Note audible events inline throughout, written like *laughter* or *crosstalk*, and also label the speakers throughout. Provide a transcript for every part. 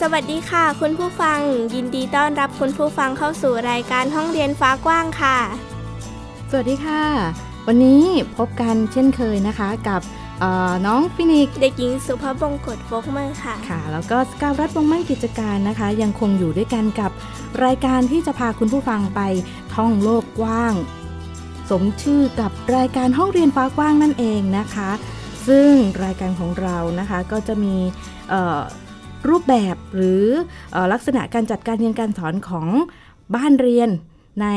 Speaker 1: สวัสดีค่ะ คุณผู้ฟัง ยินดีต้อนรับคุณผู้ฟังเข้าสู่รายการห้องเรียนฟ้ากว้างค่ะ
Speaker 2: สวัสดีค่ะ วันนี้พบกันเช่นเคยนะคะกับเอ่อน้องฟินิกส์
Speaker 1: เด็กหญิงสุภบงกตโฟกเมอร์ค่ะ
Speaker 2: ค่ะ แล้วก็สกาวรัฐวงมั่นกิจการนะคะ ยังคงอยู่ด้วยกันกับรายการที่จะพาคุณผู้ฟังไปท่องโลกกว้าง สมชื่อกับรายการห้องเรียนฟ้ากว้างนั่นเองนะคะ ซึ่งรายการของเรานะคะก็จะมีเอ่อรูปแบบหรือเออลักษณะการจัดการเรียนการสอนของบ้านเรียนใน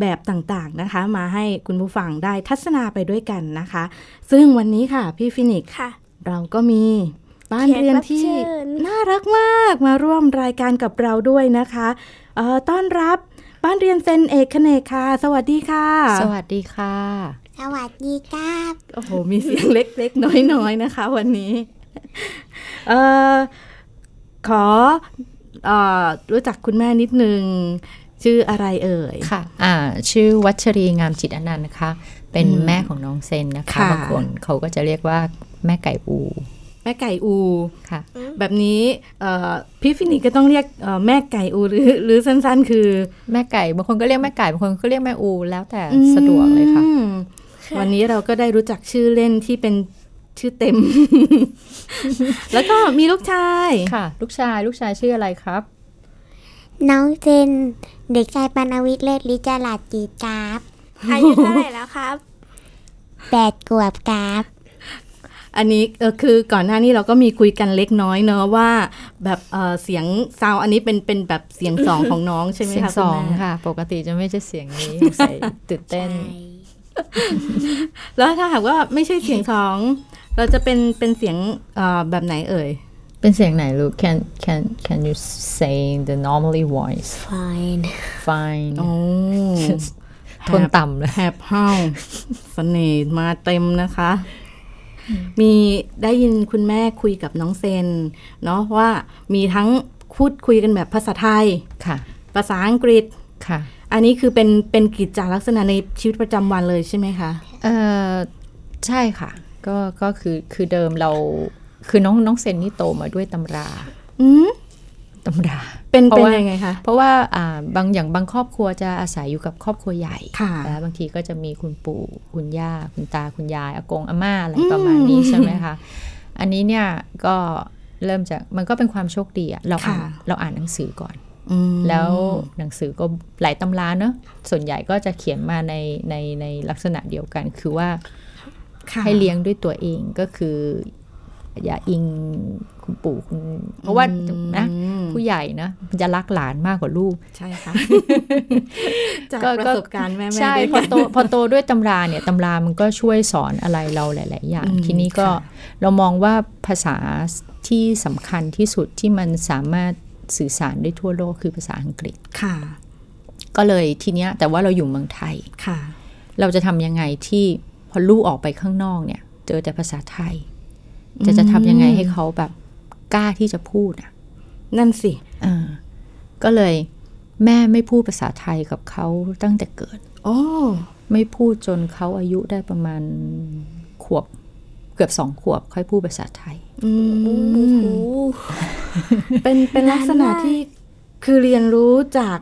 Speaker 2: แบบต่างๆนะคะ มาให้คุณผู้ฟังได้ทัศนาไปด้วยกันนะคะ ซึ่งวันนี้ค่ะพี่ฟินิกซ์
Speaker 1: ค่ะ
Speaker 2: เราก็มีบ้านเรียนที่
Speaker 1: แขกรับเชิญ
Speaker 2: น่ารักมากมาร่วมรายการกับเราด้วยนะคะเอ่อต้อนรับบ้านเรียนเซนเอกคเนกค่ะ สวัสดีค่ะ
Speaker 3: สวัสดีค่ะ
Speaker 4: สวัสดีครับ
Speaker 2: โอ้โหมีเสียงเล็กๆ น้อยๆนะคะ วันนี้เอ่อขอเอ่อรู้จักคุณแม่นิดนึง ชื่ออะไรเอ่ย
Speaker 3: ค่ะ อ่า ชื่อวัชรีงามจิตอนันต์นะคะ เป็น
Speaker 2: อืม
Speaker 3: แม่ของน้องเซนนะคะ
Speaker 2: ค่ะ
Speaker 3: บางคนเขาก็จะเรียกว่าแม่ไก่อู
Speaker 2: แม่ไก่อู
Speaker 3: ค่ะ
Speaker 2: แบบนี้เอ่อพี่ฟินิกก็ต้องเรียกเอ่อแม่ไก่อูหรือหรือสั้นๆ คือ
Speaker 3: แม่ไก่บางคนก็เรียกแม่ไก่บางคนก็เรียกแม่อู แล้วแต่สะดวกเลยค่ะ
Speaker 2: อืมวันนี้เราก็ได้รู้จักชื่อเล่นที่เป็นชื่อเต็ม *laughs* แล้วก็มีลูกชาย
Speaker 3: ค่ะ ลูกชายลูกชายชื่ออะไรครับ
Speaker 4: น้องเจนเด็กชายปานวิทย์เลิศลิจลาดจีครับ
Speaker 1: อายุเท่าไหร่แล้วครับ
Speaker 4: แปดขวบครับ
Speaker 2: อันนี้เอ่อคือก่อนหน้านี้เราก็มีคุยกันเล็กน้อยเนอะว่า แบบเอ่อเสียงซาวอันนี้เป็นเป็นแบบเสียงสองของน้องใช่ไหม
Speaker 3: เสียง
Speaker 2: คะ
Speaker 3: ส
Speaker 2: คุณ
Speaker 3: อง
Speaker 2: แม่
Speaker 3: ค่ะ ปกติจะไม่ใช่เสียง *laughs* นี้ใส่ตื่นเต้น
Speaker 2: แล้วถ้าหากว่าไม่ใช่เสียงสองเราจะเป็นเป็นเสียงเอ่อแบบไหนเอ่ย
Speaker 3: เป็นเสียงไหนลูก can can can you say the normally voice
Speaker 4: ฟอนด์
Speaker 3: fine *laughs*
Speaker 2: โอ้
Speaker 3: ทนต่ำเลย
Speaker 2: แฮบเฮ้าเสน่ห์มาเต็มนะคะ มีได้ยินคุณแม่คุยกับน้องเซน เนาะว่ามีทั้งพูดคุยกันแบบภาษาไทย
Speaker 3: ค่ะ
Speaker 2: ภาษาอังกฤษ
Speaker 3: ค่ะ
Speaker 2: อันนี้คือเป็นเป็นกิจจลักษณะในชีวิตประจำวันเลยใช่ไหมคะ
Speaker 3: เออใช่ค่ะ ก็ก็คือคือเดิมเราคือน้องน้องเซนนี่โตมาด้วยตำรา
Speaker 2: อืม
Speaker 3: ตำรา
Speaker 2: เป็น
Speaker 3: เพราะ
Speaker 2: เป็น
Speaker 3: ว่า
Speaker 2: ยังไงคะ
Speaker 3: เพราะว่าอ่าบางอย่างบางครอบครัวจะอาศัยอยู่กับครอบครัวใหญ่
Speaker 2: ค่ะ
Speaker 3: แล้วบางทีก็จะมีคุณปู่คุณย่า คุณตาคุณยายอากงอาม่าอะไรประมาณนี้ใช่ไหมคะอันนี้เนี่ยก็เริ่มจากมันก็เป็นความโชคดีอะเราอ่าน
Speaker 2: ค่ะ
Speaker 3: เราอ่านหนังสือก่อน
Speaker 2: อืม
Speaker 3: แล้วหนังสือก็หลายตำราเนอะส่วนใหญ่ก็จะเขียนมาในในในลักษณะเดียวกันคือว่า
Speaker 2: ค่ะ
Speaker 3: ให้เลี้ยงด้วยตัวเองก็คือ อย่าอิงคุณปู่คุณ เพราะว่านะ
Speaker 2: อืม
Speaker 3: ผู้ใหญ่นะมันจะรักหลานมากกว่าลูก
Speaker 2: ใช่ค่ะ จาก
Speaker 3: ก็
Speaker 2: ประสบการณ์แม่ๆ
Speaker 3: ใช่
Speaker 2: ด้วย
Speaker 3: พ
Speaker 2: กั
Speaker 3: อน โตพอโตด้วยตำราเนี่ยตำรามันก็ช่วยสอนอะไรเราหลาย ๆ อย่าง
Speaker 2: อืม
Speaker 3: ทีนี้ก็
Speaker 2: ค่ะ
Speaker 3: เรามองว่าภาษาที่สำคัญที่สุดที่มันสามารถสื่อสารได้ทั่วโลกคือภาษาอังกฤษ
Speaker 2: ค่ะ
Speaker 3: ก็เลยทีเนี้ยแต่ว่าเราอยู่เมืองไทย
Speaker 2: ค่ะ
Speaker 3: เราจะทำยังไงที่พอลูกออกไปข้างนอกเนี่ย เจอแต่ภาษาไทย จะจะทำยังไงให้เขาแบบกล้าที่จะพูดอ่ะ
Speaker 2: นั่นสิ
Speaker 3: เออก็เลยแม่ไม่พูดภาษาไทยกับเขาตั้งแต่เกิด
Speaker 2: โอ้
Speaker 3: ไม่พูดจนเขาอายุได้ประมาณขวบ เกือบสองขวบ ค่อยพูดภาษาไทย
Speaker 2: อืมเป็นเป็นลักษณะที่คือเรียนรู้จาก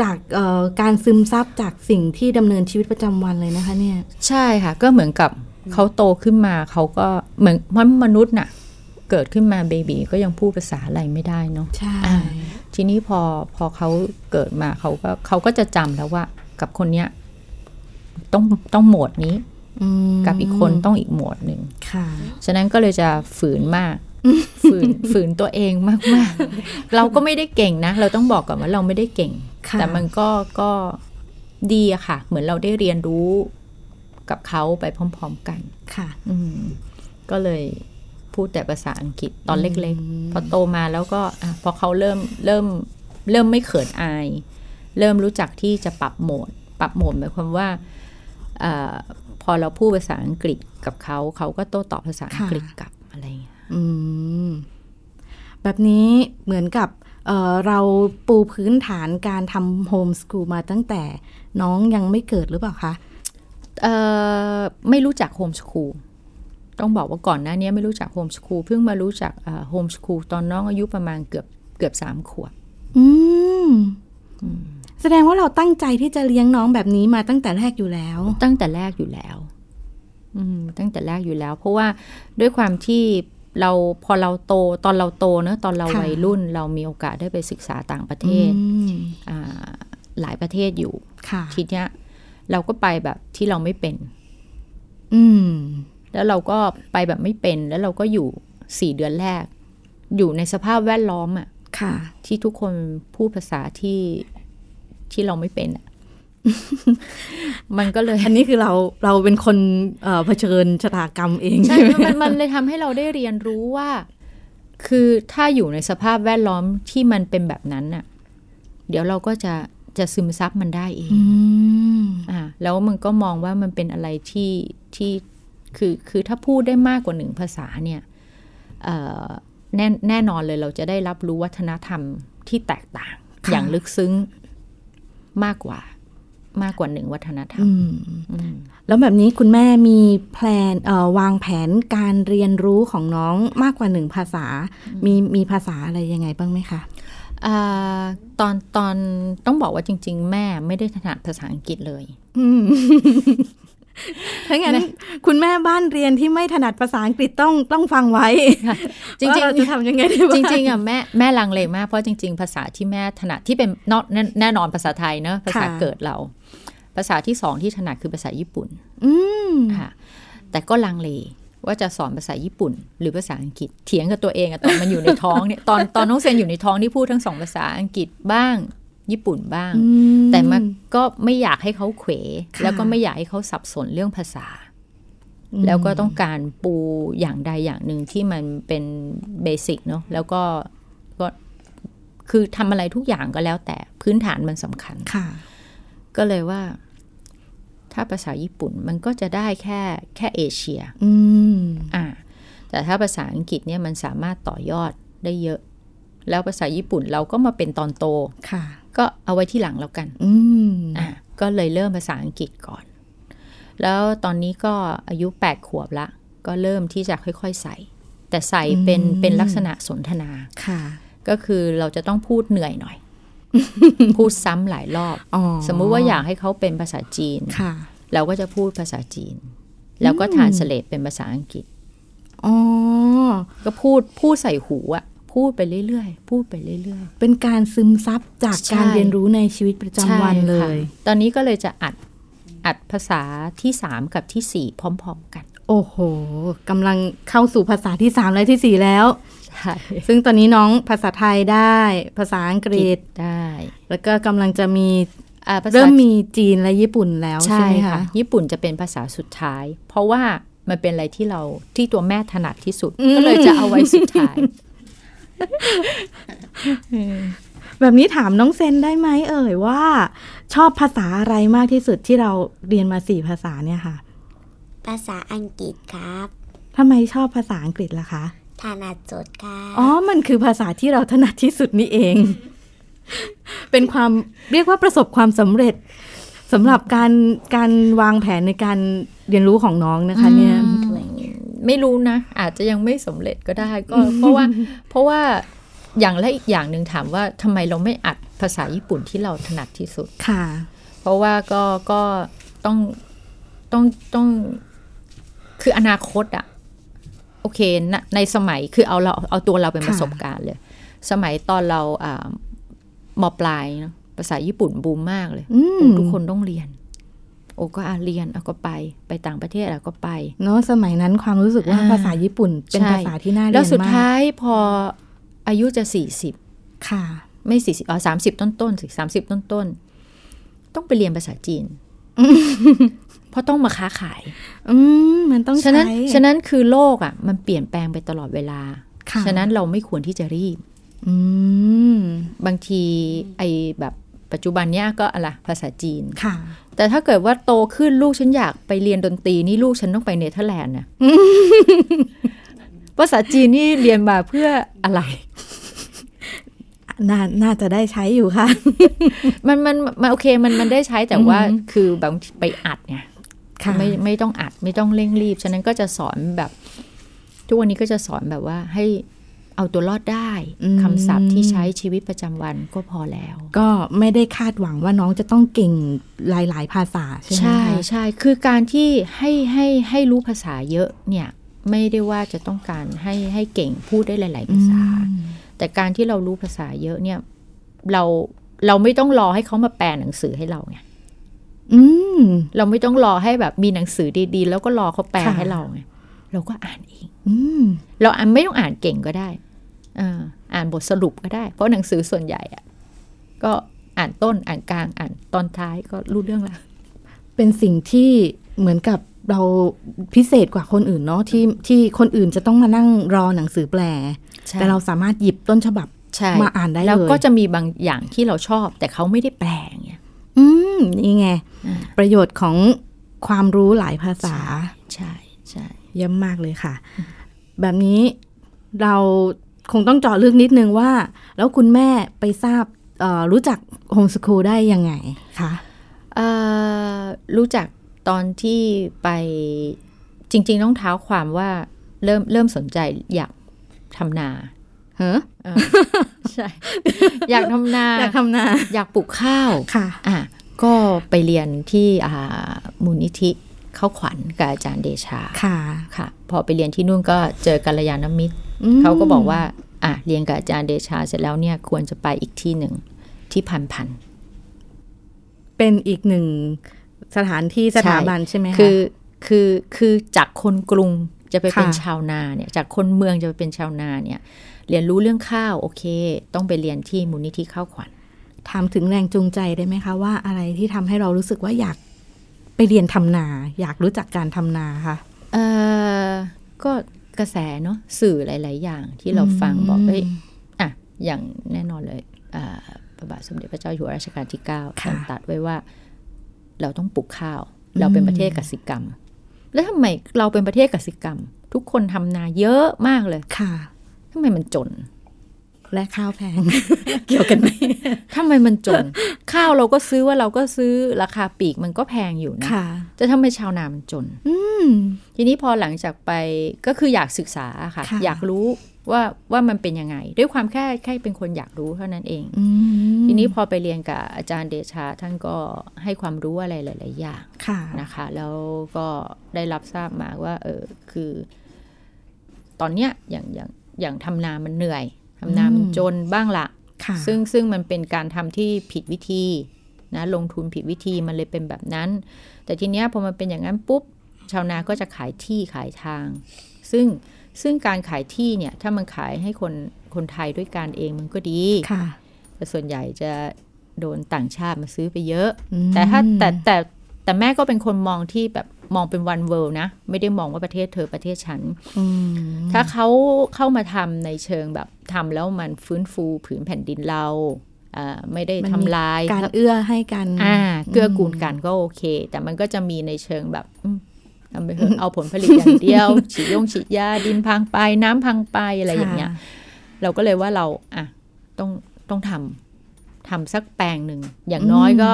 Speaker 2: จากเอ่อการซึมซับจากสิ่งที่ดำเนินชีวิตประจำวันเลยนะคะ เนี่ย
Speaker 3: ใช่ค่ะ ก็เหมือนกับเขาโตขึ้นมาเขาก็เหมือนมันมนุษย์น่ะ เกิดขึ้นมาเบบีก็ยังพูดภาษาอะไรไม่ได้เนาะ
Speaker 2: ใช่
Speaker 3: อ่า ทีนี้พอพอเขาเกิดมาเขาก็เขาก็จะจำแล้วว่า กับคนเนี้ยต้องต้องโหมดนี้
Speaker 2: ม
Speaker 3: กับอีกคนต้องอีกโหมดหนึ่ง
Speaker 2: ค่ะ
Speaker 3: ฉะนั้นก็เลยจะฝืน
Speaker 2: *laughs*
Speaker 3: มาก ฝืนฝืนตัวเองมากๆ เราก็ไม่ได้เก่งนะ เราต้องบอกก่อนว่าเราไม่ได้เก่ง
Speaker 2: ค่ะ
Speaker 3: แต่มันก็ก็ดีอะค่ะ เหมือนเราได้เรียนรู้กับเขาไปพร้อม ๆ กัน
Speaker 2: ค่ะ
Speaker 3: อืม ก็เลยพูดแต่ภาษาอังกฤษตอนเล็ก ๆ พอโตมาแล้วก็อ่ะพอเขาเริ่มเริ่มเริ่มไม่เขินอาย เริ่มรู้จักที่จะปรับโหมด ปรับโหมดหมายความว่าอาพอเราพูดภาษาอังกฤษกับเขาเขาก็โต้ตอบภาษาอังกฤษกลับอะไรอย่างเงี้ย
Speaker 2: อืม แบบนี้เหมือนกับเอ่อเราปูพื้นฐานการทำโฮมสกูลมาตั้งแต่น้องยังไม่เกิดหรือเปล่าคะ
Speaker 3: เอ่อไม่รู้จักโฮมสคูลต้องบอกว่าก่อนหน้านี้ไม่รู้จักโฮมสคูลเพิ่งมารู้จักโฮมสคูลตอนน้องอายุประมาณเกือบเกือบสามขวบ
Speaker 2: อืม แสดงว่าเราตั้งใจที่จะเลี้ยงน้องแบบนี้มาตั้งแต่แรกอยู่แล้ว
Speaker 3: ตั้งแต่แรกอยู่แล้ว อืม ตั้งแต่แรกอยู่แล้ว เพราะว่าด้วยความที่เราพอเราโตตอนเราโตเนอะตอนเรา
Speaker 2: ค่ะ
Speaker 3: วัยรุ่น เรามีโอกาสได้ไปศึกษาต่างประเทศ
Speaker 2: อืม
Speaker 3: อ่าหลายประเทศอยู่
Speaker 2: ค่ะ
Speaker 3: ทีเนี้ยเราก็ไปแบบที่เราไม่เป็น
Speaker 2: อืม
Speaker 3: แล้วเราก็ไปแบบไม่เป็นแล้วเราก็อยู่สี่เดือนแรก อยู่ในสภาพแวดล้อมอะ
Speaker 2: ค่ะ
Speaker 3: ที่ทุกคนพูดภาษาที่ที่เราไม่เป็นอะ
Speaker 2: *laughs*
Speaker 3: มันก็เลย
Speaker 2: อันนี้คือเราเราเป็นคนเอ่อเผชิญชะตากรรมเอง
Speaker 3: ใช่
Speaker 2: ใช่ไหม
Speaker 3: มันมันมันเลยทำให้เราได้เรียนรู้ว่า คือถ้าอยู่ในสภาพแวดล้อมที่มันเป็นแบบนั้นน่ะ เดี๋ยวเราก็จะจะซึมซับมันได้เอง
Speaker 2: อืม
Speaker 3: อ่าแล้วมันก็มองว่ามันเป็นอะไรที่ที่คือคือถ้าพูดได้มากกว่าหนึ่งภาษาเนี่ยเอ่อแน่แน่นอนเลยเราจะได้รับรู้วัฒนธรรมที่แตกต่าง
Speaker 2: ค่ะ
Speaker 3: อย่างลึกซึ้งมากกว่ามากกว่าหนึ่งวัฒนธรรม
Speaker 2: อืม
Speaker 3: อืม
Speaker 2: แล้วแบบนี้คุณแม่มีแพลนเอ่อวางแผนการเรียนรู้ของน้องมากกว่าหนึ่งภาษา มีมีภาษาอะไรยังไงบ้างไหมคะ
Speaker 3: อาตอนตอนต้องบอกว่าจริง ๆ แม่ไม่ได้ถนัดภาษาอังกฤษเลย
Speaker 2: อื
Speaker 3: *laughs*
Speaker 2: ม ถ้างั้นคุณแม่บ้านเรียนที่ไม่ถนัดภาษาอังกฤษต้องต้องฟังไว้
Speaker 3: จริง
Speaker 2: ว่าเราจะ
Speaker 3: ๆ
Speaker 2: ทำยังไงได้ *laughs*
Speaker 3: จ
Speaker 2: บ้าง
Speaker 3: ริงๆอ่ะแม่แม่ลังเลมากเพราะจริง ๆ ภาษาที่แม่ถนัดที่เป็นนอกแน่แน่นอนภาษาไทยเนอะภาษาเกิดเรา ภาษาที่สองที่ถนัดคือภาษาญี่ปุ่น
Speaker 2: อืม
Speaker 3: ค่ะแต่ก็ลังเลว่าจะสอนภาษาญี่ปุ่น หรือภาษาอังกฤษเถียงกับตัวเองอะตอนมันอยู่ในท้องเนี่ยตอนตอนน้องเซนอยู่ในท้องนี่พูดทั้งสองภาษาอังกฤษบ้างญี่ปุ่นบ้าง
Speaker 2: อืม
Speaker 3: แต่มันก็ไม่อยากให้เขาเขว
Speaker 2: ค่ะ
Speaker 3: แล้วก็ไม่อยากให้เขาสับสนเรื่องภาษา แล้วก็ต้องการปูอย่างใดอย่างหนึ่งที่มันเป็นเบสิกเนาะแล้วก็ก็คือทำอะไรทุกอย่างก็แล้วแต่พื้นฐานมันสำคัญ
Speaker 2: ค่ะ
Speaker 3: ก็เลยว่า ถ้าภาษาญี่ปุ่นมันก็จะได้แค่แค่เอเชีย
Speaker 2: อืม
Speaker 3: อ่าแต่ถ้าภาษาอังกฤษเนี่ยมันสามารถต่อยอดได้เยอะ แล้วภาษาญี่ปุ่นเราก็มาเป็นตอนโต
Speaker 2: ค่ะ
Speaker 3: ก็เอาไว้ที่หลังแล้วกัน
Speaker 2: อืม
Speaker 3: อ่ะก็เลยเริ่มภาษาอังกฤษก่อน แล้วตอนนี้ก็อายุ 8 ขวบละ ก็เริ่มที่จะค่อยๆใส่ แต่ใส่เป็น
Speaker 2: อืม
Speaker 3: เป็นลักษณะสนทนา
Speaker 2: ค่ะ
Speaker 3: ก็คือเราจะต้องพูดเหนื่อยหน่อย
Speaker 2: *laughs*
Speaker 3: พูดซ้ำหลายรอบ
Speaker 2: อ๋อ
Speaker 3: สมมุติว่าอยากให้เขาเป็นภาษาจีน
Speaker 2: ค่ะ
Speaker 3: เราก็จะพูดภาษาจีน แล้วก็ทานสเลตเป็นภาษาอังกฤษ
Speaker 2: อ๋อ
Speaker 3: ก็พูดพูดใส่หูอะพูดไปเรื่อยๆ พูดไปเรื่อย
Speaker 2: เป็นการซึมซับจาก
Speaker 3: ใช่
Speaker 2: การเรียนรู้ในชีวิตประ
Speaker 3: ๆใช่
Speaker 2: จำวันเล
Speaker 3: ค่ะ
Speaker 2: ย
Speaker 3: ตอนนี้ก็เลยจะอัดอัดภาษาที่สามกับที่สี่พร้อม ๆ กัน
Speaker 2: โอ้โหกำลังเข้าสู่ภาษาที่ 3 และที่ 4 แล้ว
Speaker 3: ใช่
Speaker 2: ซึ่งตอนนี้น้องภาษาไทยได้ ภาษาอังกฤษ
Speaker 3: ได้
Speaker 2: แล้วก็กำลังจะมี
Speaker 3: อ่าภาษา
Speaker 2: เริ่มมีจีนและญี่ปุ่นแล้วใช่
Speaker 3: ใช่
Speaker 2: ไหม
Speaker 3: ค่ะ
Speaker 2: คะ
Speaker 3: ญี่ปุ่นจะเป็นภาษาสุดท้าย เพราะว่ามันเป็นอะไรที่เราที่ตัวแม่ถนัดที่สุด
Speaker 2: อืม
Speaker 3: ก็เลยจะเอาไว้สุดท้าย
Speaker 2: แบบนี้ถามน้องเซนได้ไหมเอ่ยว่า ชอบภาษาอะไรมากที่สุดที่เราเรียนมาสี่ภาษาเนี่ยค่ะ
Speaker 4: ภาษาอังกฤษครับ
Speaker 2: ทำไมชอบภาษาอังกฤษล่ะคะ
Speaker 4: ถนัดสุดครับ
Speaker 2: อ๋อ มันคือภาษาที่เราถนัดที่สุดนี่เอง เป็นความเรียกว่าประสบความสำเร็จสำหรับการการวางแผนในการเรียนรู้ของน้องนะคะ เนี่ย
Speaker 3: ไม่รู้นะ อาจจะยังไม่สำเร็จก็ได้ก็เพราะว่าเพราะว่าอย่างและอีกอย่างหนึ่งถามว่าทำไมเราไม่อัดภาษาญี่ปุ่นที่เราถนัดที่สุด
Speaker 2: ค่ะ
Speaker 3: เพราะว่าก็ก็ต้องต้องต้องคืออนาคตอะโอเคนะในสมัยคือเอาเราเอาตัวเราเป็น
Speaker 2: ค่ะ
Speaker 3: ประสบการณ์เลย สมัยตอนเราอ่ามปลายเนาะภาษาญี่ปุ่นบูมมากเลย
Speaker 2: อืม
Speaker 3: โอ้ทุกคนต้องเรียน โอ้ก็อาเรียนเอาก็ไปไปต่างประเทศเอาก็ไป
Speaker 2: เนาะสมัยนั้นความรู้สึกว่า
Speaker 3: อ่า
Speaker 2: ภาษาญี่ปุ่นเป็น
Speaker 3: ใช่
Speaker 2: ภาษาที่น่าเรียนมาก
Speaker 3: แล้วสุดท้ายพออายุจะสี่สิบ
Speaker 2: ค่ะ
Speaker 3: ไม่สี่สิบอ๋อสามสิบต้นต้นสิสามสิบต้นต้นๆ ต้องไปเรียนภาษาจีน พ ราะต้องมาค้าขาย
Speaker 2: อืมมันต้อง
Speaker 3: ฉะ
Speaker 2: ใช้
Speaker 3: นั้นฉะนั้นคือโลกอ่ะ มันเปลี่ยนแปลงไปตลอดเวลา
Speaker 2: ค่ะ
Speaker 3: ฉะนั้นเราไม่ควรที่จะรีบ
Speaker 2: อืม
Speaker 3: บางทีไอ้แบบปัจจุบันเนี้ยก็อะไรภาษาจีน
Speaker 2: ค่ะ
Speaker 3: แต่ถ้าเกิดว่าโตขึ้นลูกฉันอยากไปเรียนดนตรีนี่ลูกฉันต้องไปเนเธอร์แลนด์
Speaker 2: *laughs*
Speaker 3: นะภาษาจีนนี่เรียนมาเพื่อ
Speaker 2: *laughs*
Speaker 3: อะไร
Speaker 2: น่าน่าจะได้ใช้อยู่ค่ะ
Speaker 3: มันมันมันโอเคมันมันได้ใช้แต่ว่าคือบางทีไปอัดไง
Speaker 2: ค่ะ
Speaker 3: ไม่ไม่ต้องอัดไม่ต้องเร่งรีบ ฉะนั้นก็จะสอนแบบ ทุกวันนี้ก็จะสอนแบบว่าให้เอาตัวรอดได้คำศัพท์ที่ใช้ชีวิตประจำวันก็พอแล้ว
Speaker 2: ก็ไม่ได้คาดหวังว่าน้องจะต้องเก่งหลาย ๆ ภาษาใช่ไหม
Speaker 3: ใช่
Speaker 2: คะ
Speaker 3: ใช่คือการที่ให้ให้ให้รู้ภาษาเยอะเนี่ย ไม่ได้ว่าจะต้องการให้ให้เก่งพูดได้หลาย ๆ ภาษา แต่การที่เรารู้ภาษาเยอะเนี่ยเราเราไม่ต้องรอให้เขามาแปลหนังสือให้เราไง
Speaker 2: อืม
Speaker 3: เราไม่ต้องรอให้แบบมีหนังสือดี ๆ แล้วก็รอเขาแปลให้เราไงเราก็อ่านเอง
Speaker 2: อืม
Speaker 3: เราอ่านไม่ต้องอ่านเก่งก็ได้อ่าอ่านบทสรุปก็ได้ เพราะหนังสือส่วนใหญ่อะก็อ่านต้นอ่านกลางอ่านตอนท้ายก็รู้เรื่องละ
Speaker 2: เป็นสิ่งที่เหมือนกับเราพิเศษกว่าคนอื่นเนาะที่ที่คนอื่นจะต้องมานั่งรอหนังสือแปล
Speaker 3: ใช่
Speaker 2: แต่เราสามารถหยิบต้นฉบับ
Speaker 3: ใช่
Speaker 2: มาอ่านได้เลย
Speaker 3: แล้วก็จะมีบางอย่างที่เราชอบ แต่เขาไม่ได้แปลอย่างเงี้ย
Speaker 2: อืมนี่ไง
Speaker 3: อ่า
Speaker 2: ประโยชน์ของความรู้หลายภาษา
Speaker 3: ใช่ใช่
Speaker 2: เยี่ยมมากเลยค่ะ แบบนี้เราคงต้องเจาะลึกนิดนึงว่า แล้วคุณแม่ไปทราบเอ่อรู้จักโฮมส o ูลได้ยังไงคะ
Speaker 3: เอ่อรู้จักตอนที่ไปจริง ๆ ต้องเท้าความว่าเริ่มเริ่มสนใจอยากทำนา
Speaker 2: เฮ้อ
Speaker 3: เออใช่
Speaker 2: *laughs*
Speaker 3: อยากทำนา
Speaker 2: อยากทำนา
Speaker 3: อยากปลูกข้าว
Speaker 2: ค่ะ
Speaker 3: อ่ะก็ไปเรียนที่อ่ามูลนิธิเข้าขวัญกับอาจารย์เดชา
Speaker 2: ค่ะ
Speaker 3: ค่ะ พอไปเรียนที่นู่นก็เจอกัลยาณมิตร
Speaker 2: อืม
Speaker 3: เขาก็บอกว่าอ่ะเรียนกับอาจารย์เดชาเสร็จแล้วเนี่ยควรจะไปอีกที่หนึ่งที่พันพัน
Speaker 2: เป็นอีกหนึ่งสถานที่สถา
Speaker 3: ใช่
Speaker 2: บันใช่ไหมคะ
Speaker 3: คือคือคือจากคนกรุงจะไปเป็น
Speaker 2: ค่ะ
Speaker 3: ชาวนาเนี่ยจากคนเมืองจะไปเป็นชาวนาเนี่ยเรียนรู้เรื่องข้าวโอเค ต้องไปเรียนที่มูลนิธิข้าวขวัญ
Speaker 2: ถามถึงแรงจูงใจได้ไหมคะ ว่าอะไรที่ทำให้เรารู้สึกว่าอยากไปเรียนทำนา อยากรู้จักการทำนาค่ะ
Speaker 3: เอ่อก็กระแสเนาะสื่อหลาย ๆ อย่างที่เราฟัง
Speaker 2: อืม
Speaker 3: บอกเอ้ยอ่ะอย่างแน่นอนเลยอ่าพระบาทสมเด็จพระเจ้าอยู่หัวรัชกาลที่9ท่านตรัดไว้ว่า เราต้องปลูกข้าว เราเป็นประเทศกสิกรรม แล้วทำไมเราเป็นประเทศกสิกรรม ทุกคนทำนาเยอะมากเลย
Speaker 2: ค่ะ
Speaker 3: ทำไมมันจน
Speaker 2: และข้าวแพง *laughs* เกี่ยวกันไหม
Speaker 3: ทำไมมันจน
Speaker 2: *laughs*
Speaker 3: ข้าวเราก็ซื้อว่าเราก็ซื้อราคาปลีกมันก็แพงอยู่นะ
Speaker 2: ค่ะ
Speaker 3: จะทำไมชาวนามันจน
Speaker 2: อืม
Speaker 3: ทีนี้พอหลังจากไปก็คืออยากศึกษาอะค่ะ
Speaker 2: ค่ะ
Speaker 3: อยากรู้ว่าว่ามันเป็นยังไง ด้วยความแค่แค่เป็นคนอยากรู้เท่านั้นเอง
Speaker 2: อืม
Speaker 3: ทีนี้พอไปเรียนกับอาจารย์เดชาท่านก็ให้ความรู้อะไรหลาย ๆ อย่าง
Speaker 2: ค่ะ
Speaker 3: นะคะ แล้วก็ได้รับทราบมาว่า เออคือ ตอนเนี้ยอย่างอย่างอย่างทำนามันเหนื่อยทำนามันจนบ้างละ
Speaker 2: ค่ะ
Speaker 3: ซึ่งซึ่งมันเป็นการทำที่ผิดวิธีนะลงทุนผิดวิธีมันเลยเป็นแบบนั้น แต่ทีเนี้ยพอมันเป็นอย่างนั้นปุ๊บ ชาวนาก็จะขายที่ขายทาง ซึ่งซึ่งการขายที่เนี่ย ถ้ามันขายให้คนคนไทยด้วยกันเองมันก็ดี
Speaker 2: ค่ะ
Speaker 3: แต่ส่วนใหญ่จะโดนต่างชาติมาซื้อไปเยอะ
Speaker 2: อืม
Speaker 3: แต่ถ้าแต่แต่แต่แม่ก็เป็นคนมองที่แบบมองเป็นวันเวิลด์นะ ไม่ได้มองว่าประเทศเธอประเทศฉัน
Speaker 2: อืม
Speaker 3: ถ้าเขาเข้ามาทำในเชิงแบบทำแล้วมันฟื้นฟูผืนแผ่นดินเราอ่าไม่ได้
Speaker 2: มัน
Speaker 3: ทำ
Speaker 2: มี
Speaker 3: ลาย
Speaker 2: การเอื้อให้กัน
Speaker 3: อ่าเกื้อกูลกันก็โอเค แต่มันก็จะมีในเชิงแบบอืมทำไปเถอะเอาผลผลิตอย่างเดียว
Speaker 2: *laughs*
Speaker 3: ฉีดยงฉีดยาดินพังไป น้ำพังไปอะไรอย่างเงี้ย เราก็เลยว่าเราอ่ะต้องต้องทำทำสักแปลงหนึ่ง อย่างน้อย
Speaker 2: อืม
Speaker 3: ก็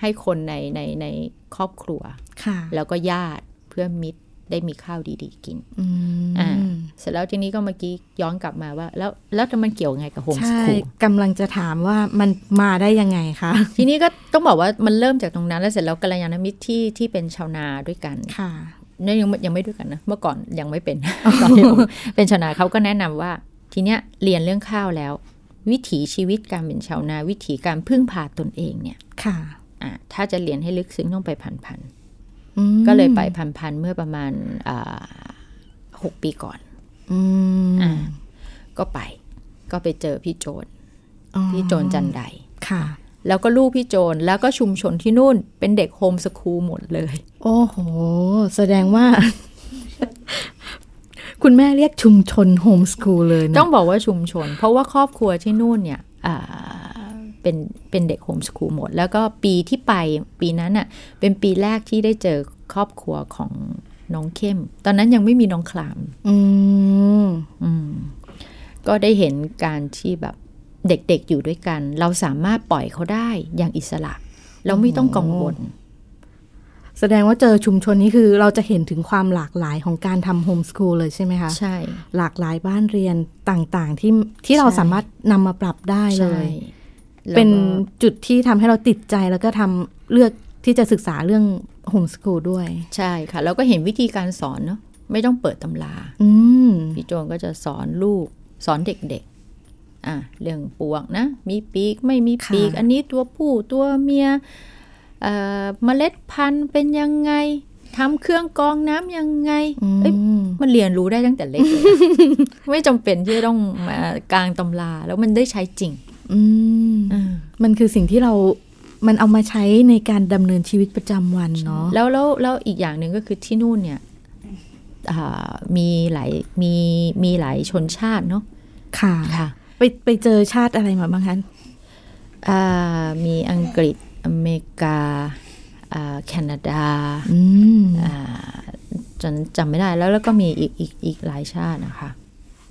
Speaker 3: ให้คนในในในครอบครัว
Speaker 2: ค่ะ
Speaker 3: แล้วก็ญาติเพื่อนมิตรได้มีข้าวดีๆกิน
Speaker 2: อืม
Speaker 3: อ่า เสร็จแล้วทีนี้ก็เมื่อกี้ย้อนกลับมาว่า แล้วแล้วมันเกี่ยวไงกับโฮมส
Speaker 2: ใช่
Speaker 3: คูล
Speaker 2: กำลังจะถามว่ามันมาได้ยังไงคะ
Speaker 3: ทีนี้ก็ต้องบอกว่ามันเริ่มจากตรงนั้น แล้วเสร็จแล้วกัลยาณมิตรที่ที่เป็นชาวนาด้วยกัน
Speaker 2: ค่ะ
Speaker 3: เนี่ยยังยังไม่ด้วยกันนะเมื่อก่อนยังไม่เป็น ตอนที่ผม *laughs* เป็นชาวนาเขาก็แนะนำว่า ทีเนี้ยเรียนเรื่องข้าวแล้ว วิถีชีวิตการเป็นชาวนา วิถีการพึ่งพาตนเองเนี่ย
Speaker 2: ค่ะ
Speaker 3: อ่ะถ้าจะเรียนให้ลึกซึ้งต้องไปพันพัน
Speaker 2: อืม
Speaker 3: ๆก็เลยไปพันพันๆเมื่อประมาณอ่าหกปีก่อน
Speaker 2: อืม
Speaker 3: อ่ะก็ไป ก็ไปเจอพี่โจน
Speaker 2: อ๋อ
Speaker 3: พี่โจนจันได
Speaker 2: ค่ะ
Speaker 3: แล้วก็ลูกพี่โจนแล้วก็ชุมชนที่นู่นเป็นเด็กโฮมสคูลหมดเลย
Speaker 2: โอ้โห แสดงว่า *laughs* คุณแม่เรียกชุมชนโฮมสคูลเลยนะ
Speaker 3: ต้องบอกว่าชุมชน เพราะว่าครอบครัวที่นู่นเนี่ยอ่าเป็นเป็นเด็กโฮมสคูลหมด แล้วก็ปีที่ไปปีนั้นน่ะเป็นปีแรกที่ได้เจอครอบครัวของน้องเข้ม ตอนนั้นยังไม่มีน้องคลาม
Speaker 2: อืม
Speaker 3: อืมก็ได้เห็นการที่แบบเด็กๆอยู่ด้วยกัน เราสามารถปล่อยเขาได้อย่างอิสระ เราไม่ต้องกังวล
Speaker 2: แสดงว่าเจอชุมชนนี้คือเราจะเห็นถึงความหลากหลายของการทำโฮมสคูลเลยใช่ไหมคะ
Speaker 3: ใช่
Speaker 2: หลากหลายบ้านเรียนต่างๆ ที่ที่เรา
Speaker 3: ใช่
Speaker 2: สามารถนำมาปรับได้เล
Speaker 3: ใช่
Speaker 2: ย
Speaker 3: แล้วก็
Speaker 2: เป็นจุดที่ทำให้เราติดใจแล้วก็ทำเลือกที่จะศึกษาเรื่องโฮมสกูลด้วย
Speaker 3: ใช่ค่ะ แล้วก็เห็นวิธีการสอนเนาะไม่ต้องเปิดตำรา
Speaker 2: อืม
Speaker 3: พี่โจงก็จะสอนลูกสอนเด็กๆ อ่ะเรื่องปวกนะ มีปีกไม่มีปีก
Speaker 2: ค่ะ
Speaker 3: อันนี้ตัวผู้ตัวเมียเอ่อมเมล็ดพันธุ์เป็นยังไงทำเครื่องกรองน้ำยังไง เอ้ย
Speaker 2: อืม
Speaker 3: มันเรียนรู้ได้ตั้งแต่เล็ก
Speaker 2: *laughs*
Speaker 3: เลยอะ ไม่จำเป็นที่จะต้องมากลางตำรา แล้วมันได้ใช้จริง
Speaker 2: อืมมันคือสิ่งที่เรา มันเอามาใช้ในการดำเนินชีวิตประจำวันเนาะ
Speaker 3: แล้วแล้วแล้วอีกอย่างหนึ่งก็คือที่นู่นเนี่ยอ่ามีหลายมีมีหลายชนชาติเนาะ
Speaker 2: ค่ะ
Speaker 3: ค่ะ
Speaker 2: ไปไปเจอชาติอะไรมาบ้างคะ
Speaker 3: อ่ามีอังกฤษอเมริกาอ่าแคนาดา
Speaker 2: อืม
Speaker 3: อ่าจนจำไม่ได้แล้วแล้วก็มีอีกอีกอีกหลายชาตินะคะ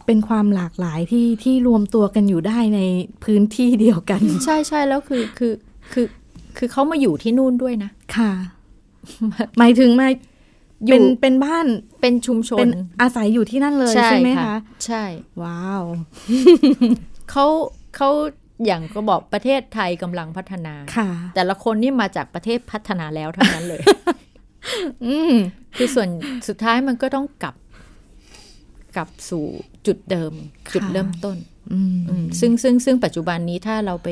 Speaker 2: เป็นความหลากหลายที่ที่รวมตัวกันอยู่ได้ในพื้นที่เดียวกัน
Speaker 3: ใช่ใช่แล้วคือคือคือคือเขามาอยู่ที่นู่นด้วยนะ
Speaker 2: ค่ะ หมายถึงมา
Speaker 3: อยู่
Speaker 2: เป็นเป็นบ้าน
Speaker 3: เป็นชุมชน
Speaker 2: เป็นอาศัยอยู่ที่นั่นเลยใช่ไหมคะ
Speaker 3: ใช่
Speaker 2: ว้าว
Speaker 3: เขาเขาอย่างก็บอกประเทศไทยกำลังพัฒนา
Speaker 2: ค่ะ
Speaker 3: แต่ละคนนี่มาจากประเทศพัฒนาแล้วทั้งนั้นเลย
Speaker 2: อืม
Speaker 3: *laughs* คือส่วนสุดท้ายมันก็ต้องกลับกลับสู่จุดเดิม จุด
Speaker 2: ค่ะ
Speaker 3: เริ่มต้น
Speaker 2: อืม
Speaker 3: อืมซึ่งซึ่งซึ่งปัจจุบันนี้ถ้าเราไป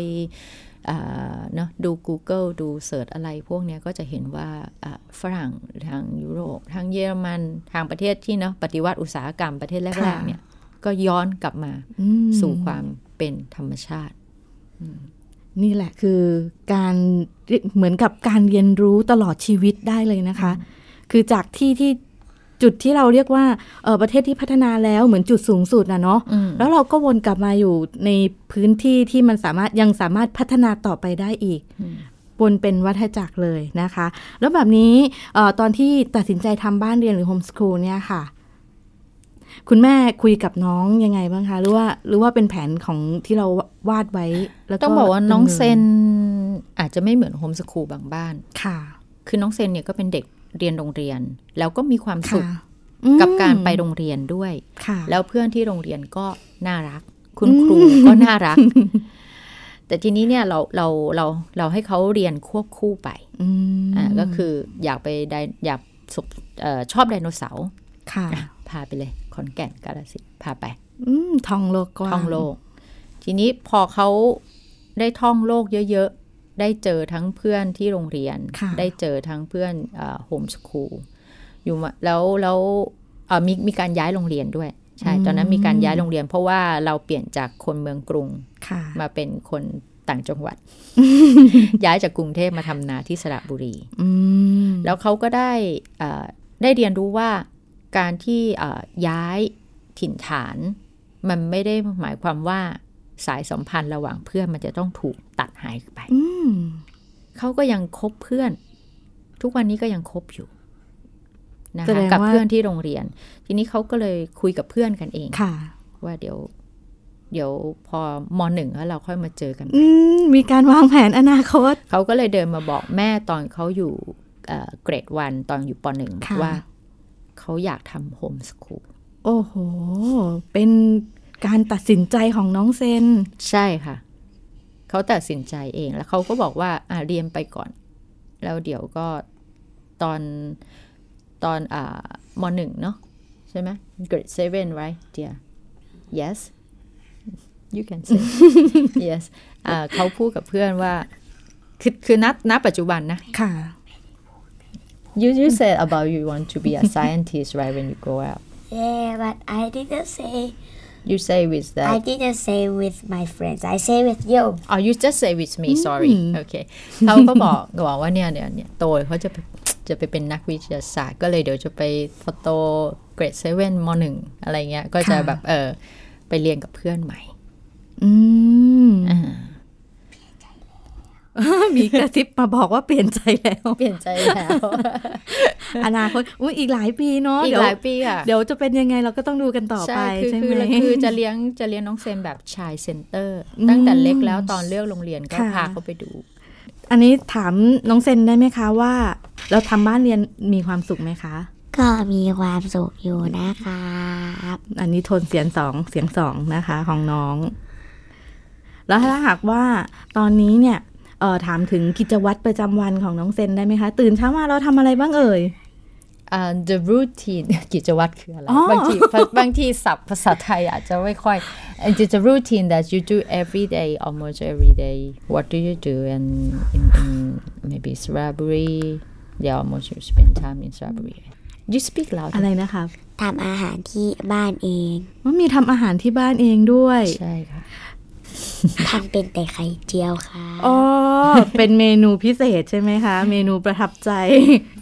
Speaker 3: อ่าเนอะดู Google ดูเสิร์ชอะไรพวกเนี้ยก็จะเห็นว่าอ่าฝรั่งทางยุโรป ทางเยอรมันทางประเทศที่เนาะปฏิวัติอุตสาหกรรมประเทศแรก
Speaker 2: ค่ะ
Speaker 3: ๆเนี่ยก็ย้อนกลับมา
Speaker 2: อืม
Speaker 3: สู่ความเป็นธรรมชาติ
Speaker 2: นี่แหละคือการเรียเหมือนกับการเรียนรู้ตลอดชีวิตได้เลยนะคะ คือจากที่ที่จุดที่เราเรียกว่าเออประเทศที่พัฒนาแล้วเหมือนจุดสูงสุดนะเนาะ
Speaker 3: อืม
Speaker 2: แล้วเราก็วนกลับมาอยู่ในพื้นที่ที่มันสามารถยังสามารถพัฒนาต่อไปได้อีก วนเป็นวัฏจักรเลยนะคะ แล้วแบบนี้เออตอนที่ตัดสินใจทำบ้านเรียนหรือโฮมส o ูลเนี่ยค่ะ คุณแม่คุยกับน้องยังไงบ้างคะ หรือว่าหรือว่าเป็นแผนของที่เราวาดไว้ แล้ว
Speaker 3: ต้องบอกว่าน้องเซน
Speaker 2: ดำ
Speaker 3: อาจจะไม่เหมือนโฮมสคูลบางบ้าน
Speaker 2: ค่ะ
Speaker 3: คือน้องเซนเนี่ยก็เป็นเด็กเรียนโรงเรียน แล้วก็มีความสุ
Speaker 2: ค่ะ
Speaker 3: ข
Speaker 2: อืม
Speaker 3: กับการไปโรงเรียนด้วย
Speaker 2: ค่ะ
Speaker 3: แล้วเพื่อนที่โรงเรียนก็น่ารัก คุณครูก็น่ารั
Speaker 2: *laughs*
Speaker 3: ก แต่ทีนี้เนี่ยเราเราเราเราให้เขาเรียนควบคู่ไป
Speaker 2: อืม
Speaker 3: อ่าก็คืออยากไปไดอยากสบเออชอบไดโนเสาร์
Speaker 2: ค่ะ
Speaker 3: อ่ะพาไปเลยขอนแก่นกาลสินธุ์พาไป
Speaker 2: อืมท่องโลกกว้าง
Speaker 3: ท่องโลก ทีนี้พอเขาได้ท่องโลกเยอะๆ ได้เจอทั้งเพื่อนที่โรงเรียน
Speaker 2: ค่ะ
Speaker 3: ได้เจอทั้งเพื่อนโฮมสคูลอยู่มาแล้วแล้วเอ่อมีมีการย้ายโรงเรียนด้วย ใช่ ตอนนั้นมีการย้ายโรงเรียน เพราะว่าเราเปลี่ยนจากคนเมืองกรุง
Speaker 2: ค่ะ
Speaker 3: มาเป็นคนต่างจังหวั
Speaker 2: *laughs*
Speaker 3: ด ย้ายจากกรุงเทพมาทำนาที่สระบุรี
Speaker 2: อืม
Speaker 3: แล้วเขาก็ได้เอ่อได้เรียนรู้ว่าการที่เอ่อย้ายถิ่นฐาน มันไม่ได้หมายความว่าสายสัมพันธ์ระหว่างเพื่อนมันจะต้องถูกตัดหายไป
Speaker 2: อืม
Speaker 3: เขาก็ยังคบเพื่อน ทุกวันนี้ก็ยังคบอยู่นะ
Speaker 2: แส
Speaker 3: คะ
Speaker 2: ดง
Speaker 3: กับ
Speaker 2: ว่า
Speaker 3: เพื่อนที่โรงเรียน ทีนี้เขาก็เลยคุยกับเพื่อนกันเอง
Speaker 2: ค่ะ
Speaker 3: ว่าเดี๋ยว เดี๋ยวพอมหนึ่งแล้วเราค่อยมาเจอกัน
Speaker 2: อืมมีการวางแผนอนาคต
Speaker 3: เขาก็เลยเดินมาบอกแม่ตอนเขาอยู่เอ่อเกรดวันตอนอยู่ปหนึ่ง
Speaker 2: ค่ะ
Speaker 3: ว่าเขาอยากทำโฮมสคูล
Speaker 2: โอ้โห เป็นการตัดสินใจของน้องเซน
Speaker 3: ใช่ค่ะ เขาตัดสินใจเองแล้วเขาก็บอกว่าอ่ะเรียนไปก่อน แล้วเดี๋ยวก็ตอนตอนอ่ามหนึ่งเนาะใช่ไหม grade seven right dear yes you can say *laughs* yes อ่าเขาพูดกับเพื่อนว่า คือคือนับนับปัจจุบันนะ
Speaker 2: ค่ะ
Speaker 3: you you said about you want to be a scientist right when you grow up
Speaker 4: Yeah, but I didn't say
Speaker 3: you say with that
Speaker 5: I didn't say with my friends. I say with you.
Speaker 3: อ๋อ you just say with me sorry โอเคเขาก็บอกบอกว่าเนี่ยเนี่ยเนี่ยโตเขาจะไปจะไปเป็นนักวิทยาศาสตร์ก็เลยเดี๋ยวจะไปพอโตเกรดเซเว่นมหนึ่งอะไรเงี้ย ก็จะ
Speaker 2: ค่ะ
Speaker 3: แบบเออไปเรียนกับเพื่อนใหม่
Speaker 2: อื
Speaker 3: *laughs*
Speaker 2: ม
Speaker 3: อ่า
Speaker 2: มีกระซิบมาบอกว่าเปลี่ยนใจแล้ว
Speaker 3: *laughs* เปลี่ยนใจแล้ว
Speaker 2: อนาคตอุ้ยอีกหลายปีเนาะ
Speaker 3: อีก
Speaker 2: เดี๋ว
Speaker 3: หลายปีค่ะ
Speaker 2: เดี๋ยวจะเป็นยังไงเราก็ต้องดูกันต่อไป
Speaker 3: คือ
Speaker 2: ใช่ไหม
Speaker 3: คือเราคือจะเลี้ยงจะเลี้ยงน้องเซมแบบชายเซนเตอร์ ตั้งแต่เล็กแล้วตอนเลือกโรงเรียนก็
Speaker 2: ค่ะ
Speaker 3: พาเขาไปดู
Speaker 2: อันนี้ถามน้องเซนได้ไหมคะว่า เราทำบ้านเรียนมีความสุขไหมคะ
Speaker 4: ก็มีความสุขอยู่นะครับ
Speaker 2: อันนี้โทนเสียงสองเสียงสองนะคะของน้อง แล้วถ้าหากว่าตอนนี้เนี่ยเออถามถึงกิจวัตรประจำวันของน้องเซนได้ไหมคะ ตื่นเช้ามาเราทำอะไรบ้างเอ่ย
Speaker 3: อ่า the routine *laughs* กิจวัตรคืออะไร
Speaker 2: อ๋อ
Speaker 3: บางทีบางทีศัพท์ภาษาไทยอาจจะไม่ค่อย and the routine that you do every day almost every day what do you do and in, in maybe s r a b u r y yeah almost you spend time in s r a b u r y you speak loud
Speaker 2: อะไรนะคะ
Speaker 4: ทำอาหารที่บ้านเอง *laughs*
Speaker 2: ว่ามีทำอาหารที่บ้านเองด้วย
Speaker 3: ใช่ค่ะ
Speaker 4: ทำเป็นแต่ไข่เจียวครับ
Speaker 2: อ๋อ เป็นเมนูพิเศษใช่ไหมคะ เมนูประทับใจ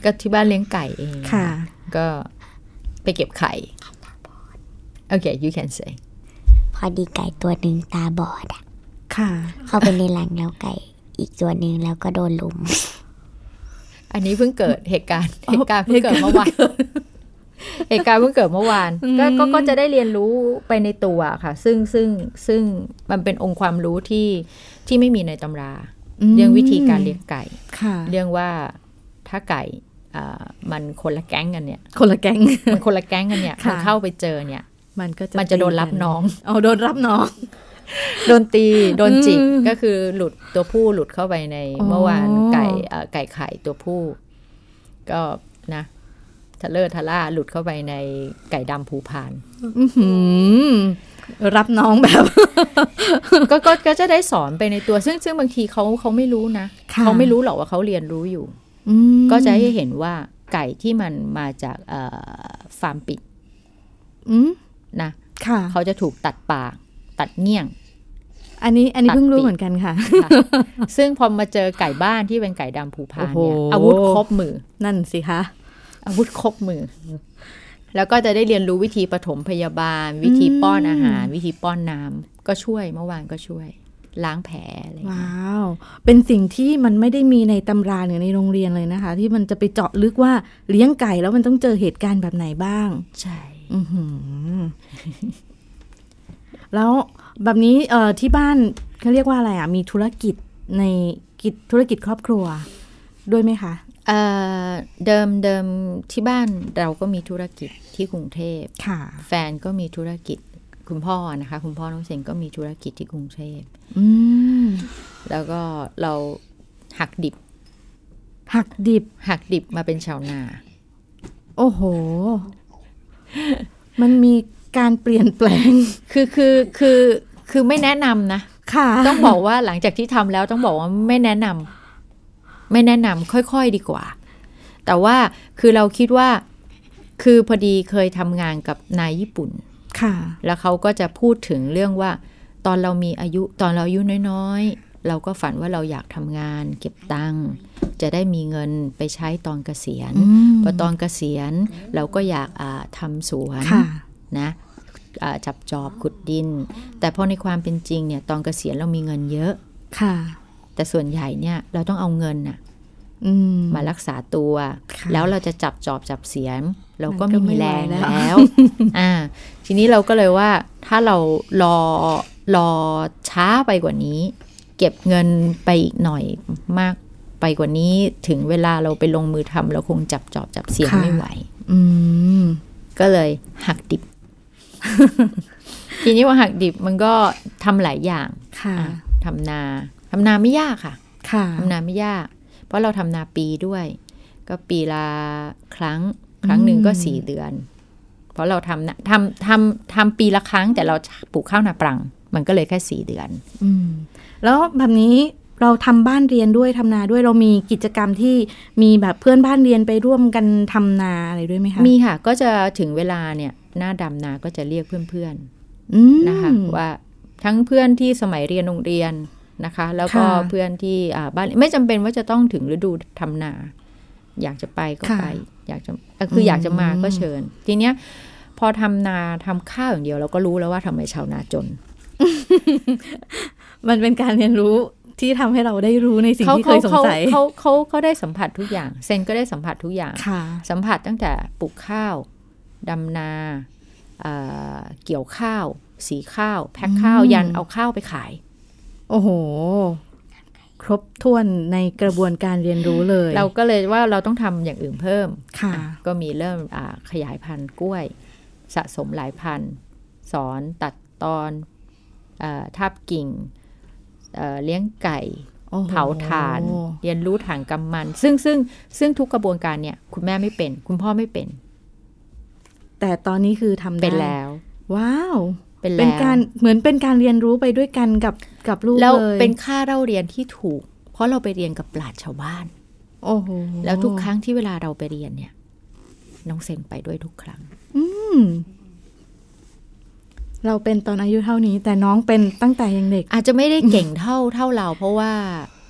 Speaker 3: ก็ที่บ้านเลี้ยงไก่เอง
Speaker 2: ค่ะ
Speaker 3: ก็ไปเก็บไข่ okay you can say
Speaker 4: พอดีไก่ตัวหนึ่งตาบอดอะ
Speaker 2: ค่ะ
Speaker 4: เข้าไปในรังแล้วไก่ อีกตัวหนึ่งแล้วก็โดนลุม
Speaker 3: อันนี้เพิ่ง *laughs* เกิดเหตุการณ์
Speaker 2: อ๋อ
Speaker 3: เหตุการณ์เพิ่งเกิดเมื่อวานเหตุการณ์เพิ่งเกิดเมื่อวานก็ก็ก็จะได้เรียนรู้ไปในตัวค่ะ ซึ่งซึ่งซึ่งมันเป็นองค์ความรู้ที่ที่ไม่มีในตำรา
Speaker 2: อืม
Speaker 3: เรื่องวิธีการเลี้ยงไก่
Speaker 2: ค่ะ
Speaker 3: เรื่องว่าถ้าไก่อ่ามันคนละแก๊งกันเนี่ย
Speaker 2: คนละแก๊ง
Speaker 3: มันคนละแก๊งกันเนี่ย
Speaker 2: ค่ะ
Speaker 3: มันเข้าไปเจอเนี่ย
Speaker 2: มันก็จะ
Speaker 3: มันจะโดนรับน้อง
Speaker 2: เอาโดนรับน้อง
Speaker 3: โดนตี โดนจิก
Speaker 2: อืม
Speaker 3: ก็คือหลุดตัวผู้หลุดเข้าไปใน
Speaker 2: อ๋อ
Speaker 3: เมื่อวานไก่เอ่อไก่ไข่ตัวผู้ ก็นะทะเลอร์ทะล่าหลุดเข้าไปในไก่ดำภูพาน
Speaker 2: อื้อหือรับน้องแบบ
Speaker 3: ก็ก็ก็จะได้สอนไปในตัว ซึ่งซึ่งบางทีเขาเขาไม่รู้นะ
Speaker 2: ค่ะ
Speaker 3: เขาไม่รู้หรอกว่าเขาเรียนรู้อยู่
Speaker 2: อืม
Speaker 3: ก็จะให้เห็นว่าไก่ที่มันมาจากเอ่อฟาร์มปิด
Speaker 2: อืม
Speaker 3: นะ
Speaker 2: ค่ะ
Speaker 3: เขาจะถูกตัดปากตัดเงี้ยง
Speaker 2: อันนี้อันนี้
Speaker 3: ตัด
Speaker 2: เพิ่งรู้
Speaker 3: ปีก
Speaker 2: เหมือนกันค่ะ *laughs*
Speaker 3: ค่ะซึ่งพอมาเจอไก่บ้านที่เป็นไก่ดำภูพานเนี่ย
Speaker 2: โอ้โห
Speaker 3: อาวุธครบมือ
Speaker 2: นั่นสิคะ
Speaker 3: อาวุธครบมือ แล้วก็จะได้เรียนรู้วิธีปฐมพยาบาล วิธีป้อนอาหาร วิธีป้อนน้ำก็ช่วยเมื่อวานก็ช่วย ล้างแผลอะไรอย่างเงี้
Speaker 2: ว้าย ว เป็นสิ่งที่มันไม่ได้มีในตำราหรือในโรงเรียนเลยนะคะ ที่มันจะไปเจาะลึกว่าเลี้ยงไก่แล้วมันต้องเจอเหตุการณ์แบบไหนบ้าง
Speaker 3: ใช่
Speaker 2: อื้อหือ *laughs* แล้วแบบนี้เอ่อที่บ้านเขาเรียกว่าอะไรอ่ะ มีธุรกิจในกิจธุรกิจครอบครัว ด้วยไหมคะ
Speaker 3: เอ่อเดิมเดิมที่บ้านเราก็มีธุรกิจที่กรุงเทพ
Speaker 2: ค่ะ
Speaker 3: แฟนก็มีธุรกิจคุณพ่อนะคะ คุณพ่อน้องเซนก็มีธุรกิจที่กรุงเทพ
Speaker 2: อืม
Speaker 3: แล้วก็เราหักดิบ
Speaker 2: หักดิบ
Speaker 3: หักดิบมาเป็นชาวนา
Speaker 2: โอ้โห มันมีการเปลี่ยนแปลง *laughs*
Speaker 3: คือคือคือคือไม่แนะนำนะ
Speaker 2: ค่ะ
Speaker 3: ต้องบอกว่าหลังจากที่ทำแล้วต้องบอกว่าไม่แนะนำไม่แนะนำค่อยๆดีกว่า แต่ว่าคือเราคิดว่าคือพอดีเคยทำงานกับนายญี่ปุ่น
Speaker 2: ค่ะ
Speaker 3: แล้วเขาก็จะพูดถึงเรื่องว่า ตอนเรามีอายุตอนเราอายุน้อยๆ เราก็ฝันว่าเราอยากทำงาน เก็บตังค์จะได้มีเงินไปใช้ตอนเกษียณพอตอนเกษียณเราก็อยากอ่าทำสวน
Speaker 2: ค่ะ
Speaker 3: นะอ่าจับจอบขุดดิน แต่พอในความเป็นจริงเนี่ยตอนเกษียณเรามีเงินเยอะ
Speaker 2: ค่ะ
Speaker 3: แต่ส่วนใหญ่เนี่ยเราต้องเอาเงินน่ะ
Speaker 2: อืม
Speaker 3: มารักษาตัว
Speaker 2: ค่ะ
Speaker 3: แล้วเราจะจับจอบจับเสียมเราก็
Speaker 2: มัน
Speaker 3: ไม่
Speaker 2: ก็
Speaker 3: มีแรง
Speaker 2: ไม่ไหวแล้ว
Speaker 3: แล้วอ่าทีนี้เราก็เลยว่าถ้าเรารอรอช้าไปกว่านี้ เก็บเงินไปอีกหน่อยมากไปกว่านี้ถึงเวลาเราไปลงมือทำเราคงจับจอบจับเสียมไม่ไหว
Speaker 2: อืม
Speaker 3: ก็เลยหักดิบ *laughs* ทีนี้ว่าหักดิบมันก็ทำหลายอย่าง
Speaker 2: ค่ะ
Speaker 3: อ่ะทำนาทำนาไม่ยากค่ะ
Speaker 2: ค่ะ
Speaker 3: ทำนาไม่ยาก เพราะเราทำนาปีด้วย ก็ปีละครั้ง ครั้งหนึ่งก็สี่เดือน เพราะเราทำนะทำทำทำปีละครั้งแต่เราปลูกข้าวนาปรัง มันก็เลยแค่สี่เดือน
Speaker 2: อืม แล้วแบบนี้เราทำบ้านเรียนด้วยทำนาด้วยเรามีกิจกรรมที่มีแบบเพื่อนบ้านเรียนไปร่วมกันทำนาอะไรด้วยไหมคะ
Speaker 3: มีค่ะก็จะถึงเวลาเนี่ย หน้าดำนาก็จะเรียกเพื่อน
Speaker 2: อืม
Speaker 3: นะคะว่าทั้งเพื่อนที่สมัยเรียนโรงเรียนนะคะ แล้วก็
Speaker 2: ค่ะ
Speaker 3: เพื่อนที่อ่าบ้านไม่จำเป็นว่าจะต้องถึงฤดูทำนา อยากจะไปก็
Speaker 2: ค่ะ
Speaker 3: ไป อยากจะเอ่อคืออยากจะมา
Speaker 2: อืม
Speaker 3: ก็เชิญ ทีเนี้ยพอทำนาทำข้าวอย่างเดียวเราก็รู้แล้วว่าทำไมชาวนาจน
Speaker 2: มันเป็นการเรียนรู้ที่ทำให้เราได้รู้ในสิ่งที่เคยสงสัย
Speaker 3: เขาเขาเขาเขาได้สัมผัสทุกอย่าง เซนก็ได้สัมผัสทุกอย่าง
Speaker 2: ค่ะ
Speaker 3: สัมผัสตั้งแต่ปลูกข้าว ดำนาเอ่อเกี่ยวข้าว สีข้าว แพ็คข้าว
Speaker 2: อืม
Speaker 3: ยันเอาข้าวไปขาย
Speaker 2: โอ้โห ครบถ้วนในกระบวนการเรียนรู้เลย
Speaker 3: เราก็เลยว่าเราต้องทำอย่างอื่นเพิ่ม
Speaker 2: ค่ะ
Speaker 3: ก็มีเริ่มอ่าขยายพันธุ์กล้วย สะสมหลายพันธุ์ สอนตัดตอนเออทาบกิ่งเอ่อเลี้ยงไก่
Speaker 2: โอ้โห
Speaker 3: เผาถ่าน เรียนรู้ถังกำมัน ซึ่งซึ่งซึ่งทุกกระบวนการเนี่ย คุณแม่ไม่เป็น คุณพ่อไม่เป็น
Speaker 2: แต่ตอนนี้คือทำได้
Speaker 3: เป็นแล้ว
Speaker 2: ว้าว
Speaker 3: เป็น
Speaker 2: เป็น
Speaker 3: แล้ว
Speaker 2: การเหมือนเป็นการเรียนรู้ไปด้วยกันกับกับลูก
Speaker 3: แล้ว
Speaker 2: เลย
Speaker 3: เป็นค่าเล่าเรียนที่ถูก เพราะเราไปเรียนกับปราชญ์ชาวบ้าน
Speaker 2: โอ้โห
Speaker 3: แล้วทุกครั้งที่เวลาเราไปเรียนเนี่ย น้องเซนไปด้วยทุกครั้ง
Speaker 2: อืมเราเป็นตอนอายุเท่านี้ แต่น้องเป็นตั้งแต่ยังเด็ก
Speaker 3: อาจจะไม่ได้เก่งเท่าเท่าเรา เพราะว่า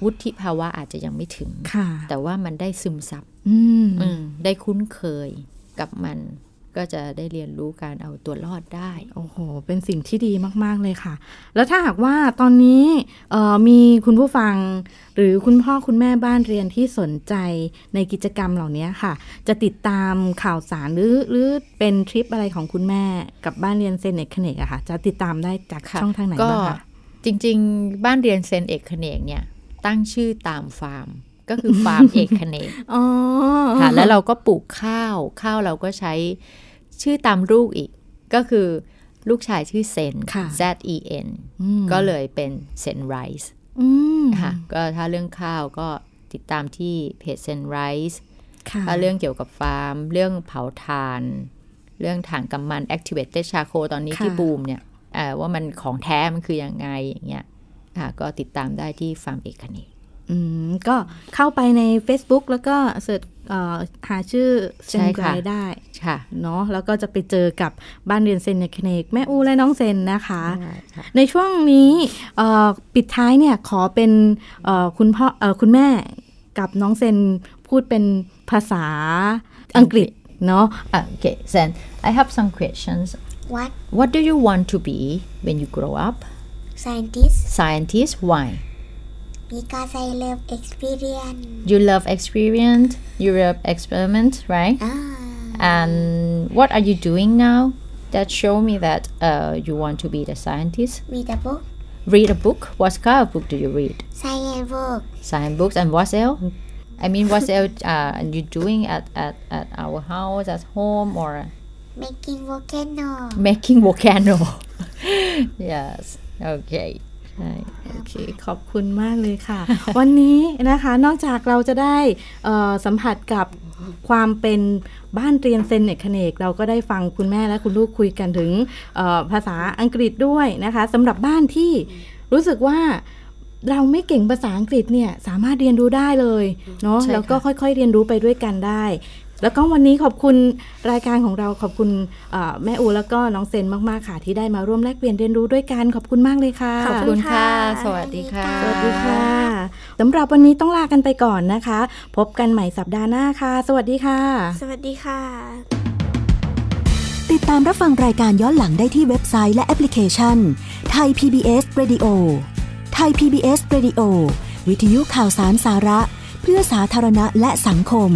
Speaker 3: วุฒิภาวะอาจจะยังไม่ถึง
Speaker 2: ค่ะ
Speaker 3: แต่ว่ามันได้ซึมซับ
Speaker 2: อืม
Speaker 3: อืมได้คุ้นเคยกับมัน ก็จะได้เรียนรู้การเอาตัวรอดได้
Speaker 2: โอ้โห เป็นสิ่งที่ดีมาก ๆ เลยค่ะ แล้วถ้าหากว่าตอนนี้เอ่อมีคุณผู้ฟัง หรือคุณพ่อคุณแม่บ้านเรียนที่สนใจในกิจกรรมเหล่านี้ค่ะ จะติดตามข่าวสารหรือหรือเป็นทริปอะไรของคุณแม่กับบ้านเรียนเซนเนคเนกอะค่ะ จะติดตามได้จาก
Speaker 3: ค่ะ
Speaker 2: ช่องทางไหน
Speaker 3: ก็
Speaker 2: บ้างคะ
Speaker 3: จริงๆ บ้านเรียนเซนเอกเขนกเนี่ย ตั้งชื่อตามฟาร์ม ก็คือฟาร์ม เอกเขน
Speaker 2: *laughs*
Speaker 3: ก
Speaker 2: อ๋อ
Speaker 3: ค่ะแล้วเราก็ปลูกข้าว ข้าวเราก็ใช้ชื่อตามลูกอีก ก็คือลูกชายชื่อเซน
Speaker 2: ค่ะ
Speaker 3: Z E N
Speaker 2: อืม
Speaker 3: ก็เลยเป็นเซนไรส์
Speaker 2: อืม
Speaker 3: ค่ะก็ถ้าเรื่องข้าวก็ติดตามที่เพจเซนไรส์
Speaker 2: ค่ะ
Speaker 3: ถ้าเรื่องเกี่ยวกับฟาร์ม เรื่องเผาถ่าน เรื่องถ่านกำมัน activated charcoal ตอนนี้ที่บูมเนี่ยเอ่อว่ามันของแท้มันคือยังไงอย่างเงี้ยค่ะก็ติดตามได้ที่ฟาร์มเอกเนก
Speaker 2: อืมก็เข้าไปใน Facebook แล้วก็เสิร์ชเอ่อหาชื่อเซ
Speaker 3: ใช่
Speaker 2: น
Speaker 3: ค่ะ
Speaker 2: ไกด์ได้
Speaker 3: ค่ะ
Speaker 2: เนาะแล้วก็จะไปเจอกับบ้านเรียนเซนในคเนกแม่อูและน้องเซนนะคะ ในช่วงนี้เอ่อปิดท้ายเนี่ยขอเป็นเอ่อคุณพ่อเอ่อคุณแม่กับน้องเซนพูดเป็นภาษาอังกฤษเนาะ
Speaker 3: Okay then I have some questions
Speaker 4: *laughs* What
Speaker 3: What do you want to be when you grow up
Speaker 4: scientist
Speaker 3: Scientist why
Speaker 4: because I love experience
Speaker 3: You love experience You love experiment right
Speaker 4: ah
Speaker 3: and what are you doing now that show me that uh, you want to be the scientist
Speaker 4: with a book
Speaker 3: read a book what kind of book do you read
Speaker 4: science book
Speaker 3: science books and what else? I mean, what else uh, are you doing at, at, at our house, at home, or
Speaker 4: making volcano
Speaker 3: making *laughs* volcano? yes. Okay. ใช่
Speaker 2: โอเคขอบคุณมากเลยค่ะ *laughs* วันนี้นะคะนอกจากเราจะได้เอ่อสัมผัสกับความเป็นบ้านเรียนเซนเนกเนก เราก็ได้ฟังคุณแม่และคุณลูกคุยกันถึงเอ่อภาษาอังกฤษด้วยนะคะสำหรับบ้านที่รู้สึกว่าเราไม่เก่งภาษาอังกฤษเนี่ยสามารถเรียนรู้ได้เลยเนาะแล้วก็ค่อยๆเรียนรู้ไปด้วยกันได้ แล้วก็วันนี้ขอบคุณรายการของเราขอบคุณเอ่อแม่อูแล้วก็น้องเซนมากๆค่ะ ที่ได้มาร่วมแลกเปลี่ยนเรียนรู้ด้วยกันขอบคุณมากเลยค่ะ
Speaker 3: ขอบคุณ
Speaker 1: ขอบคุณ
Speaker 3: ค่ะ
Speaker 1: ค่ะ
Speaker 3: สวัสดีค่ะ
Speaker 2: สวัสดีค่ะ สำหรับวันนี้ต้องลากันไปก่อนนะคะ พบกันใหม่สัปดาห์หน้าค่ะ สวัสดีค่ะ
Speaker 1: สวัสดีค่ะ
Speaker 6: ติดตามรับฟังรายการย้อนหลังได้ที่เว็บไซต์และแอปพลิเคชันไทย PBS Radio ไทย PBS Radio วิทยุข่าวสารสาระ เพื่อสาธารณะและสังคม